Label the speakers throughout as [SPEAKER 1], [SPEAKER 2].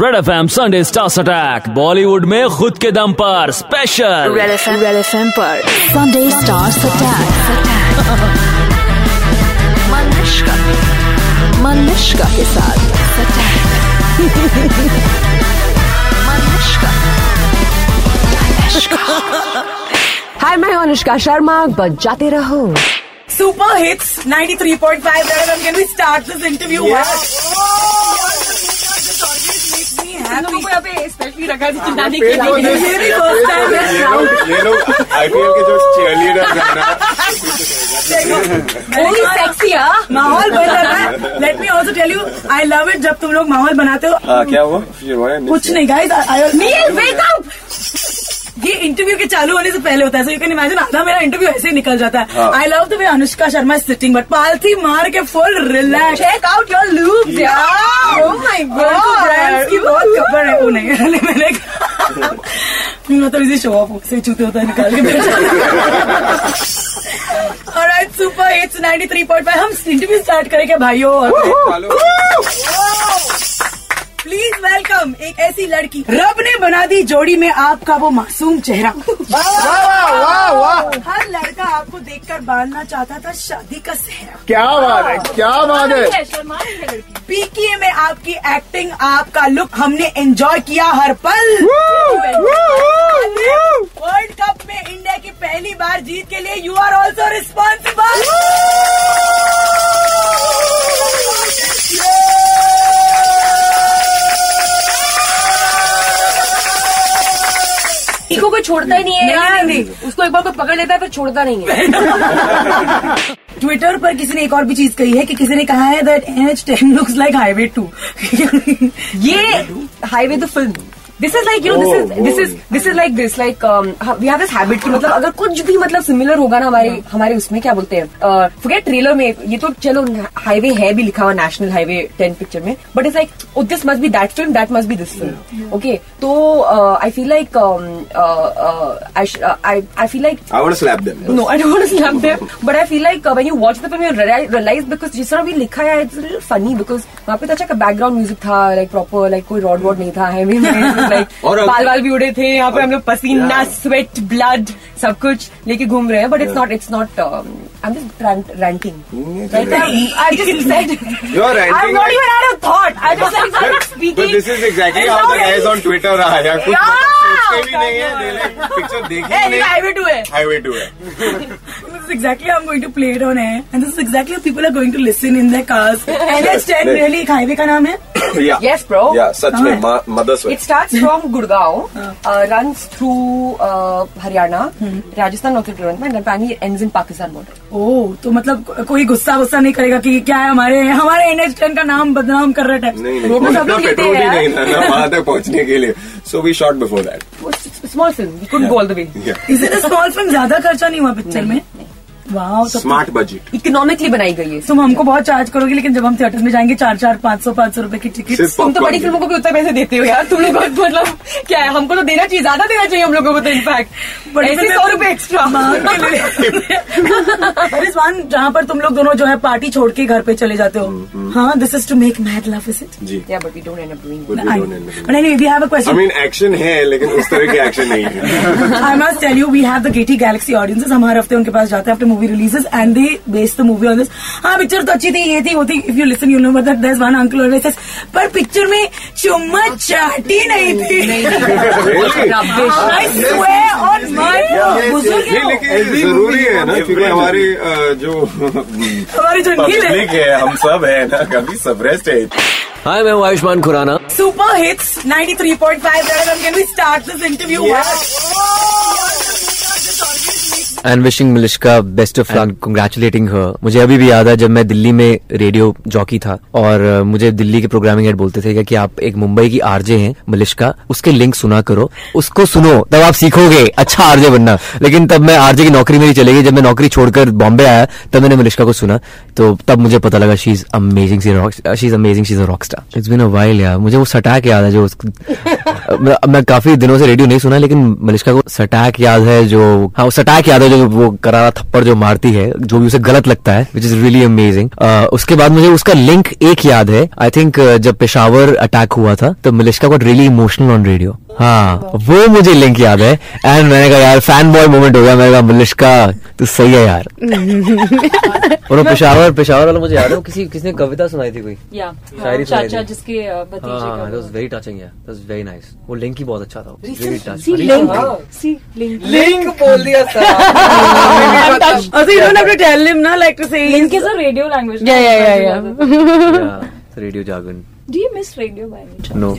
[SPEAKER 1] Red F M Sunday stars attack Bollywood में खुद के दम पर स्पेशल
[SPEAKER 2] रेड एफ एम पर
[SPEAKER 3] Sunday Stars Attack.
[SPEAKER 2] Manushka Manushka के साथ मनुष्का
[SPEAKER 4] हाय मैं हूं अनुष्का शर्मा बजाते रहो
[SPEAKER 5] Super hits 93.5 Red FM. Can we start this interview? Yes. हाँ, This is the first time
[SPEAKER 6] ये
[SPEAKER 5] we're proud.
[SPEAKER 6] लोग ये लोग आईपीएल के जो चीयरलीडर हैं ना
[SPEAKER 5] Very sexy, huh? माहौल बन रहा है let me also tell you I love it जब तुम लोग माहौल बनाते हो
[SPEAKER 6] आ, हाँ, क्या हुआ ये हुआ है
[SPEAKER 5] कुछ नहीं गाइस नील वेक अप ये इंटरव्यू के चालू होने से पहले होता है सो यू कैन इमेजिन आधा मेरा इंटरव्यू ऐसे ही निकल जाता है
[SPEAKER 6] हाँ।
[SPEAKER 5] I love the way Anushka Sharma sitting but पालथी मार के full relax check out your look oh my god brands तो की बहुत खबर है वो नहीं अरे मैंने कहा- मैं तो इसी शो ऑफ से चूते होता है निकाल के बैठ ऑलराइट सुपर इट्स 93.5 हम इंटरव्यू स्टार्ट करेंगे भाइयों और प्लीज वेलकम एक ऐसी लड़की रब ने बना दी जोड़ी में आपका वो मासूम चेहरा हर लड़का आपको देखकर बांधना चाहता था शादी का सेहरा
[SPEAKER 6] क्या बात है क्या बात है
[SPEAKER 5] पीके में आपकी एक्टिंग आपका लुक हमने एंजॉय किया हर पल वर्ल्ड कप में इंडिया की पहली बार जीत के लिए यू आर ऑल्सो रिस्पॉन्सिबल
[SPEAKER 4] इको कोई छोड़ता ही नहीं है
[SPEAKER 5] नहीं,
[SPEAKER 4] यार
[SPEAKER 5] नहीं, नहीं।
[SPEAKER 4] उसको एक बार कोई पकड़ लेता है फिर छोड़ता नहीं है
[SPEAKER 5] ट्विटर पर किसी ने एक और भी चीज कही है कि किसी ने कहा है that H ten looks like highway too
[SPEAKER 4] ये highway the film this is like you know this is this is this is like this like we have this habit कि मतलब अगर कुछ भी मतलब सिमिलर होगा ना हमारे हमारे उसमें क्या बोलते हैं फॉरगेट ट्रेलर में ये तो चलो हाईवे है भी लिखा हुआ नेशनल हाईवे टेन पिक्चर में but is like this must be that film that must be this film okay तो I feel like uh, I feel like
[SPEAKER 6] I want slap them
[SPEAKER 4] No, I don't want to slam them. But I feel like uh, when you watch the film, you reali- realize because जिस तरह भी लिखा है it's a little funny because वहाँ पे तो अच्छा background music था like proper like कोई रॉड वॉड नहीं था है like
[SPEAKER 6] और अब-
[SPEAKER 4] बाल बाल भी उड़े थे यहाँ पे हम लोग पसीना स्वेट ब्लड सब कुछ लेके घूम रहे हैं but it's not it's not I am just ranting I just said
[SPEAKER 6] You are Mm-hmm. ranting
[SPEAKER 4] I not
[SPEAKER 6] like-
[SPEAKER 4] even had a thought I just
[SPEAKER 6] But
[SPEAKER 4] speaking
[SPEAKER 6] this is exactly how the guys on Twitter are. Yeah, कुछ मतलब
[SPEAKER 4] Yeah.
[SPEAKER 6] सोचते भी नहीं है. They like picture देखे ही नहीं.
[SPEAKER 4] Highway to है
[SPEAKER 6] Highway to है.
[SPEAKER 5] This is exactly how I'm going to play it on air, and this is exactly how people are going to listen in their cars. NH10
[SPEAKER 6] Right.
[SPEAKER 5] really एक highway का नाम है.
[SPEAKER 6] Yeah.
[SPEAKER 4] Yes, bro.
[SPEAKER 6] Yeah, सच में
[SPEAKER 5] हाँ.
[SPEAKER 6] ma- mother's way.
[SPEAKER 4] It starts from Gurgaon,
[SPEAKER 3] Ah.
[SPEAKER 4] uh, runs through uh, Haryana,
[SPEAKER 3] Hmm.
[SPEAKER 4] Rajasthan, North Durant, and then finally ends in Pakistan border.
[SPEAKER 5] ओह तो मतलब को- कोई गुस्सा गुस्सा नहीं करेगा कि ये क्या है हमारे हमारे NH10 का नाम बदनाम कर रहे टाइप.
[SPEAKER 6] नहीं
[SPEAKER 4] रोड में
[SPEAKER 6] नहीं
[SPEAKER 4] सब लोग
[SPEAKER 6] इतना
[SPEAKER 4] लेते
[SPEAKER 6] पेट्रोल
[SPEAKER 4] हैं यार.
[SPEAKER 6] ही नहीं था ना वहाँ तक पहुँचने के लिए so we shot before that
[SPEAKER 4] It was a small film. We couldn't go all the way.
[SPEAKER 5] इसे तो स्मॉल फिल्म ज्यादा खर्चा नहीं हुआ पिक्चर में. वाह तो
[SPEAKER 6] स्मार्ट बजट
[SPEAKER 4] Economically बनाई गई है
[SPEAKER 5] तुम हमको बहुत चार्ज करोगे लेकिन जब हम थिएटर में जाएंगे चार चार पाँच सौ पाँच सौ रूपए की टिकट
[SPEAKER 6] सिर्फ
[SPEAKER 4] तुम तो बड़ी
[SPEAKER 6] popcorn.
[SPEAKER 4] फिल्मों को भी उतना पैसे देते हो यार तुम लोग बहुत- मतलब क्या है हमको तो देना चाहिए ज्यादा देना चाहिए हम लोगों को तो इनफैक्ट ऐसे सौ रूपए एक्स्ट्रा
[SPEAKER 5] रिजवान जहाँ पर तुम लोग दोनों जो है पार्टी छोड़ के घर पे चले जाते हो हाँ this is to make mad love is it
[SPEAKER 6] जी
[SPEAKER 4] Yeah, but we don't end up doing it.
[SPEAKER 6] But we don't end up doing it.
[SPEAKER 5] नहीं we have a
[SPEAKER 6] I
[SPEAKER 5] question
[SPEAKER 6] mean, action है लेकिन उस तरह की एक्शन नहीं है
[SPEAKER 5] I must tell you we have the Gaiety Galaxy audiences हम हर हफ्ते उनके पास जाते हैं after movie releases and they base the movie on this हाँ पिक्चर तो अच्छी थी ये थी वो थी if you listen you know that there one uncle always पर पिक्चर में चम्मच चाटी नहीं थी हाँ,
[SPEAKER 6] Really?
[SPEAKER 4] Rubbish.
[SPEAKER 5] I swear on my बुजुर्ग
[SPEAKER 6] ये
[SPEAKER 5] हैं वो।
[SPEAKER 6] लेकिन जरूरी है ना क्योंकि हमारी अ, जो
[SPEAKER 5] हमारी जो नील है
[SPEAKER 6] पब्लिक है हम सब है ना कभी सबरेस्ट है
[SPEAKER 1] हाय मैं हूँ Ayushmann Khurrana
[SPEAKER 5] super hits 93.5 red FM can we start this interview
[SPEAKER 7] and wishing Malishka best of luck congratulating her मुझे अभी भी याद है जब मैं दिल्ली में रेडियो जॉकी था और अ, मुझे दिल्ली के प्रोग्रामिंग हेड बोलते थे कि आप एक मुंबई की आरजे हैं मिलिश्का उसके लिंक सुना करो उसको सुनो तब आप सीखोगे अच्छा आरजे बनना लेकिन तब मैं आरजे की नौकरी मेरी चली गई जब मैं नौकरी छोड़कर बॉम्बे आया तब मैंने मिलिश्का को सुना तो तब मुझे पता लगा she is amazing she is amazing she is a rock star it's been a while यार मुझे वो सटाक याद है जो उसको मैं, मैं काफी दिनों से रेडियो नहीं सुना लेकिन मलिश्का को सटाक याद है जो हाँ वो सटाक याद है जो जो वो करारा थप्पड़ जो मारती है जो भी उसे गलत लगता है विच इज रियली अमेजिंग उसके बाद मुझे उसका लिंक एक याद है आई थिंक जब पेशावर अटैक हुआ था तो Malishka got really emotional on radio हाँ वो मुझे लिंक याद है एंड मैंने कहा यार फैन बॉय मोमेंट हो गया मैंने कहा मलिश्का तू सही है यार और वो पेशावर पेशावर वाला मुझे याद है वो किसी किसने कविता सुनाई थी कोई
[SPEAKER 8] या
[SPEAKER 7] शायरी सुनाई
[SPEAKER 8] चाचा
[SPEAKER 7] थी।
[SPEAKER 8] जिसके अ, भतीजे
[SPEAKER 7] हाँ
[SPEAKER 8] का
[SPEAKER 7] that was very touching yeah that was very nice वो link ही बहुत अच्छा था very
[SPEAKER 8] सी
[SPEAKER 7] touching
[SPEAKER 8] लिंक सी लिंक
[SPEAKER 4] लिंक बोल दिया sir
[SPEAKER 5] Also, you don't have to tell him, na, like to say.
[SPEAKER 8] Link is a radio language
[SPEAKER 3] Yeah, yeah, yeah, yeah.
[SPEAKER 7] Radio Jagran
[SPEAKER 8] do you miss radio by any
[SPEAKER 7] no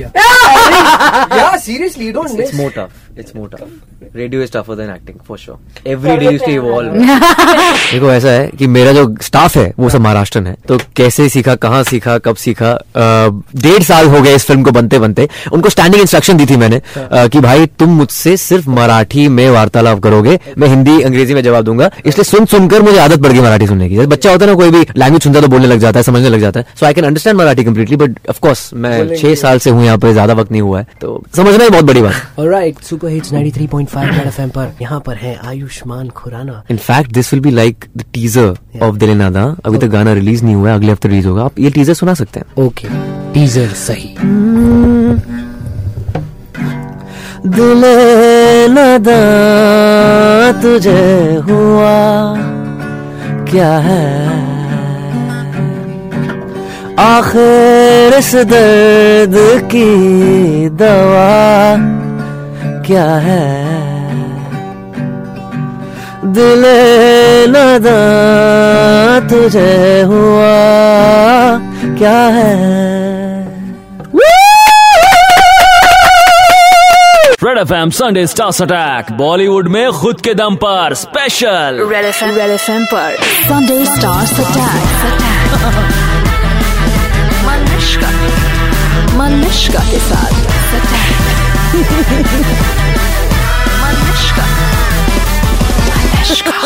[SPEAKER 4] या seriously don't
[SPEAKER 7] it's more tough it's more tough radio is tougher than acting for sure every day to evolve देखो ऐसा है कि मेरा जो staff है वो सब महाराष्ट्रन है तो कैसे सीखा कहाँ सीखा कब सीखा अ, डेढ़ साल हो गए इस फिल्म को बनते बनते उनको स्टैंडिंग इंस्ट्रक्शन दी थी मैंने अ, कि भाई तुम मुझसे सिर्फ मराठी में वार्तालाप करोगे मैं हिंदी अंग्रेजी में जवाब दूंगा इसलिए सुन सुनकर मुझे आदत पड़ गई मराठी सुनने की जैसे बच्चा होता है ना कोई भी लैंग्वेज सुनता है तो बोलने लग जाता है समझने लग जाता है so I can understand Marathi completely but of course मैं छह साल से हूँ यहाँ पे ज्यादा वक्त नहीं हुआ है तो समझना ही बहुत बड़ी बात है
[SPEAKER 9] alright super hits 93.5 red FM पर यहाँ पर है Ayushmann Khurrana
[SPEAKER 7] in fact this will be like the teaser of दिलेनादा अभी तक गाना रिलीज नहीं हुआ है अगले हफ्ते रिलीज होगा आप ये टीजर सुना सकते हैं
[SPEAKER 9] ओके टीजर सही
[SPEAKER 7] दिलेनादा तुझे हुआ क्या है आखिर इस दर्द की दवा क्या है दिले नदा तुझे हुआ क्या है
[SPEAKER 1] red F M Sunday stars attack Bollywood में खुद के दम पर special
[SPEAKER 2] red F M red F M पर
[SPEAKER 3] Sunday Stars Attack.
[SPEAKER 2] Malishka Malishka के साथ मलिश्का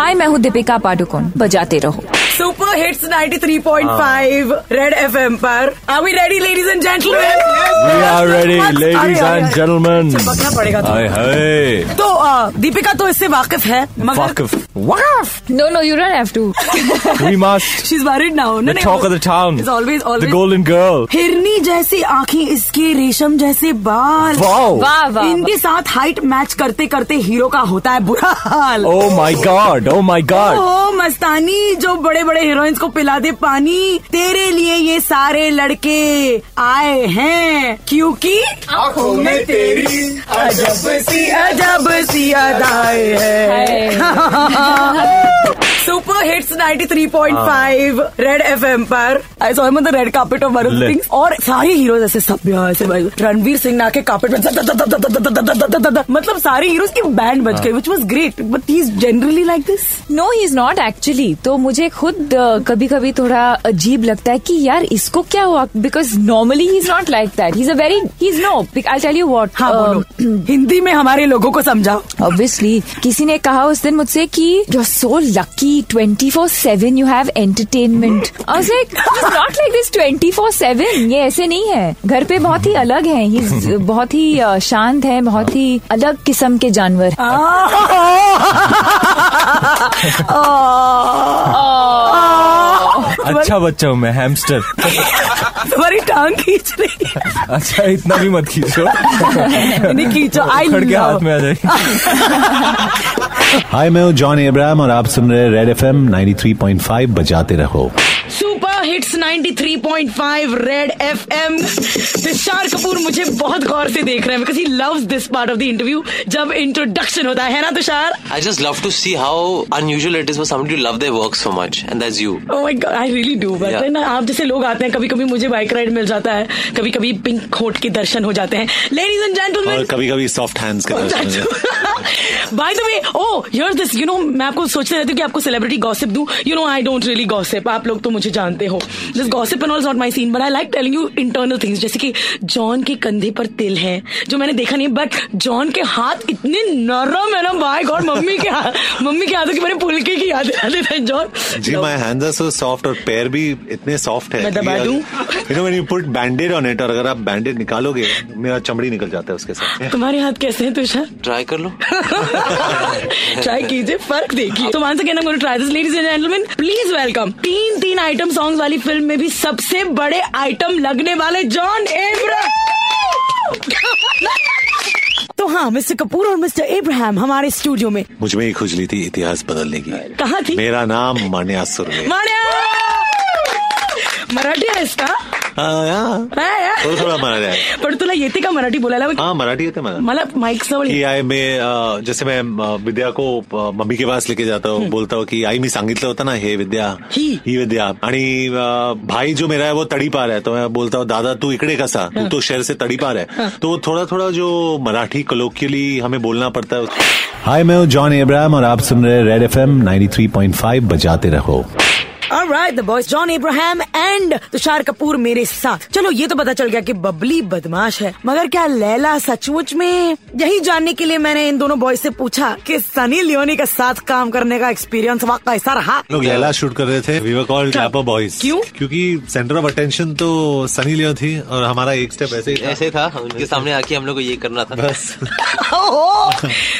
[SPEAKER 8] हाय मैं हूँ दीपिका पाडुकोन बजाते रहो
[SPEAKER 5] Super hits 93.5 Red FM पर. Are we ready, ladies and gentlemen?
[SPEAKER 1] We are ready
[SPEAKER 5] are,
[SPEAKER 1] ladies
[SPEAKER 5] are,
[SPEAKER 1] and
[SPEAKER 5] are.
[SPEAKER 1] Gentleman
[SPEAKER 5] चपकना पड़ेगा तुमको।
[SPEAKER 1] हाय हाय
[SPEAKER 5] तो अ, दीपिका तो इससे वाकिफ है मगर
[SPEAKER 1] वाकिफ वाकिफ
[SPEAKER 8] no no you don't have to
[SPEAKER 1] we must
[SPEAKER 5] she's married now
[SPEAKER 1] the talk of the town
[SPEAKER 5] It's always-
[SPEAKER 1] the
[SPEAKER 5] always-
[SPEAKER 1] golden girl
[SPEAKER 5] हिरनी जैसी आंखें इसके रेशम जैसे बाल
[SPEAKER 1] वाओ
[SPEAKER 8] वाह वाह
[SPEAKER 5] इनके साथ हाइट मैच करते करते हीरो का होता है बुरा हाल
[SPEAKER 1] oh my god oh my god
[SPEAKER 5] oh Mastani जो बड़े बड़े हीरोइंस को पिला दे पानी तेरे लिए ये सारे लड़के आए हैं क्योंकि आंखों में तेरी अजब सी अजब सी अदाए है सुपर हिट्स 93.5 रेड एफएम पर I saw him on the red carpet of Varun
[SPEAKER 1] ले।
[SPEAKER 5] सिंह और सारे हीरोज ऐसे सभ्य ऐसे भाई रणवीर सिंह ना के कार्पेट में the- the- the- the- the- the- the- the- the- the- the- the- मतलब सारे हीरोज की बैंड बज गई which was great but he is generally like this
[SPEAKER 8] no he is not actually तो मुझे खुद कभी कभी थोड़ा अजीब लगता है कि यार इसको क्या हुआ because normally he is not like that he is a very he is no I tell you what
[SPEAKER 5] हाँ बोलो हिंदी में हमारे लोगों को समझाओ
[SPEAKER 8] ऑब्वियसली किसी ने कहा उस दिन मुझसे कि you are so lucky twenty four seven you have entertainment not like this twenty four seven ये ऐसे नहीं है घर पे बहुत ही अलग है ये बहुत ही अ, शांत है बहुत ही अलग किस्म के जानवर
[SPEAKER 5] आह। आह।
[SPEAKER 1] अच्छा बच्चा हूँ मैं हैमस्टर
[SPEAKER 5] तुम्हारी टांग खींच रही है
[SPEAKER 1] अच्छा इतना भी मत खींचो
[SPEAKER 5] नहीं खींचो आई
[SPEAKER 1] खड़ के हाथ में आ जाएगी
[SPEAKER 10] हाय मैं हूँ जॉन एब्राहम और आप सुन रहे हैं रेड एफ एम 93.5 बजाते रहो
[SPEAKER 5] super hits 93.5 red FM Tusshar Kapoor मुझे बहुत गौर से देख रहे हैं because he loves this part of the interview जब इंट्रोडक्शन होता है है ना Tushar
[SPEAKER 11] I just love to see how unusual it is for somebody to love their work so much, and that's you.
[SPEAKER 5] Oh my god, I really do. But
[SPEAKER 11] Yeah.
[SPEAKER 5] then uh, आप जैसे लोग आते हैं कभी कभी मुझे बाइक राइड मिल जाता है कभी कभी पिंक खोट के दर्शन हो जाते हैं लेडीज एंड जेंटलमैन
[SPEAKER 10] कभी कभी soft hands
[SPEAKER 5] Oh, bye the way oh hear this you know मैं आपको सोचते रहती हूँ कि आपको सेलिब्रिटी गॉसिप दूं you know I don't really gossip आप लोग तो मुझे जानते हो this gossip and all not my scene but I like telling you internal things जैसे कि जॉन के कंधे पर तिल है जो मैंने देखा नहीं बट जॉन के हाथ इतने नरम है ना बाय गॉड मम्मी के हाथ मम्मी के हाथों की मैंने पुलके की याद दिला देता है John
[SPEAKER 10] ji my hands are so soft और पैर भी इतने सॉफ्ट है
[SPEAKER 5] मैं दबा दूं?
[SPEAKER 10] You know when you put बैंडेड on it और अगर आप बैंडेड निकालोगे मेरा चमड़ी निकल जाता है उसके साथ
[SPEAKER 5] तुम्हारे हाथ कैसे हैं तुषार
[SPEAKER 12] ट्राई कर लो
[SPEAKER 5] ट्राई कीजिए फर्क देखिए तो once again I try this ladies and gentleman please welcome तीन तीन आइटम सॉन्ग्स वाली फिल्म में भी सबसे बड़े आइटम लगने वाले जॉन एब्राहम
[SPEAKER 13] तो हाँ मिस्टर कपूर और मिस्टर इब्राहिम हमारे स्टूडियो में
[SPEAKER 10] मुझ में ही खुजली थी इतिहास बदलने की
[SPEAKER 13] कहाँ थी?
[SPEAKER 10] मेरा नाम मान्यासुर है
[SPEAKER 5] माण्या! मराठी आहेस का
[SPEAKER 10] हाँ, हाँ.
[SPEAKER 5] हा, या.
[SPEAKER 10] थोडं थोडं मराठी आहे
[SPEAKER 5] पण तुला येते का मराठी बोलायला
[SPEAKER 10] हाँ मराठी येते मला
[SPEAKER 5] मला माईक जवळ
[SPEAKER 10] की आय मी अ, जसे मैं अ, विद्या को अ, मम्मी के पास लेके जाता हूँ बोलता हूँ कि आई मी सांगितलं होतं ना हे विद्या ही विद्या आणि अ, भाई जो मेरा है वो तड़ी पार है तो मैं बोलता हूँ दादा तू इकड़े कसा तू तो शहर से तड़ी पार है तो वो थोड़ा थोड़ा जो मराठी कलोकियली हमें बोलना पड़ता है
[SPEAKER 14] हाय मैं हूँ जॉन एब्राहम और आप सुन रहे हैं रेड एफ एम 93.5 बजाते रहो
[SPEAKER 13] alright the boys John Ibrahim and Tushar Kapoor मेरे साथ चलो ये तो पता चल गया कि बबली बदमाश है मगर क्या लैला सचमुच में यही जानने के लिए मैंने इन दोनों बॉयज से पूछा कि सनी लियोनी के साथ काम करने का एक्सपीरियंस वहाँ कैसा रहा
[SPEAKER 10] लोग लैला शूट कर रहे थे we were called rapper boys क्यों क्योंकि सेंटर ऑफ अटेंशन तो सनी लियोन थी और हमारा एक स्टेप ऐसे ही था।
[SPEAKER 12] ऐसे था उनके सामने आके हम लोग को ये करना था
[SPEAKER 10] बस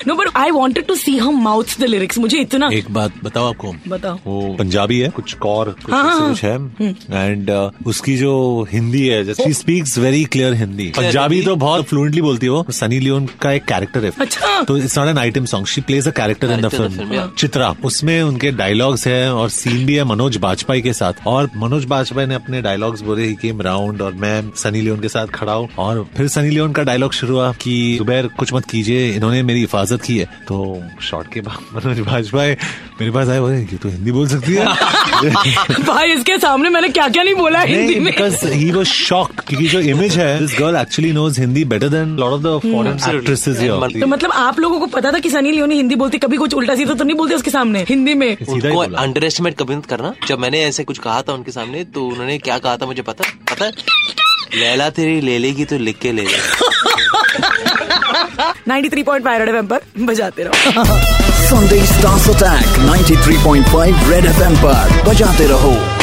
[SPEAKER 5] no but I wanted to see हम माउथ द लिरिक्स मुझे इतना
[SPEAKER 10] एक बात बताओ आपको
[SPEAKER 5] बताओ
[SPEAKER 10] वो पंजाबी है कुछ कौर कुछ
[SPEAKER 5] हाँ,
[SPEAKER 10] ऐसे
[SPEAKER 5] हाँ,
[SPEAKER 10] कुछ है एंड उसकी जो हिंदी है just he speaks very clear Hindi Punjabi तो बहुत फ्लुएंटली बोलती है वो सनी लियोन का एक कैरेक्टर है
[SPEAKER 5] अच्छा।
[SPEAKER 10] तो it's not an item song she plays a character
[SPEAKER 12] Character
[SPEAKER 10] in the
[SPEAKER 12] in the film,
[SPEAKER 10] film
[SPEAKER 12] yeah.
[SPEAKER 10] Chitra उसमें उनके डायलॉग्स है और सीन भी है मनोज बाजपेयी के साथ और मनोज बाजपेयी ने अपने डायलॉग्स बोले ही केम राउंड और मैं सनी लियोन के साथ खड़ा हूँ और फिर सनी लियोन का डायलॉग शुरू हुआ कि जुबैर कुछ मत कीजिए इन्होंने मेरी हिफाजत की है तो शॉट के बाद मनोज बाजपेयी मेरे पास आए बोले ये तो हिंदी बोल सकती है
[SPEAKER 5] भाई इसके सामने मैंने क्या क्या नहीं बोला हिंदी में
[SPEAKER 10] बिकॉज ही वाज शॉक्ड क्योंकि जो इमेज है this girl actually knows Hindi better than lot of
[SPEAKER 12] Hmm.
[SPEAKER 10] The foreign actresses
[SPEAKER 5] तो मतलब आप लोगों को पता था कि सनी लियोनी हिंदी बोलती कभी कुछ उल्टा सीधा तो नहीं बोलती उसके सामने हिंदी में
[SPEAKER 12] तो उनको अंडर एस्टिमेट कभी मत करना जब मैंने ऐसे कुछ कहा था उनके सामने तो उन्होंने क्या कहा था मुझे पता पता है? लैला तेरी ले लेगी तो लिख के ले ले
[SPEAKER 13] 93.5 थ्री पॉइंट पर बजाते रहो
[SPEAKER 7] Sunday Stars Attack 93.5 Red FM पर बजाते रहो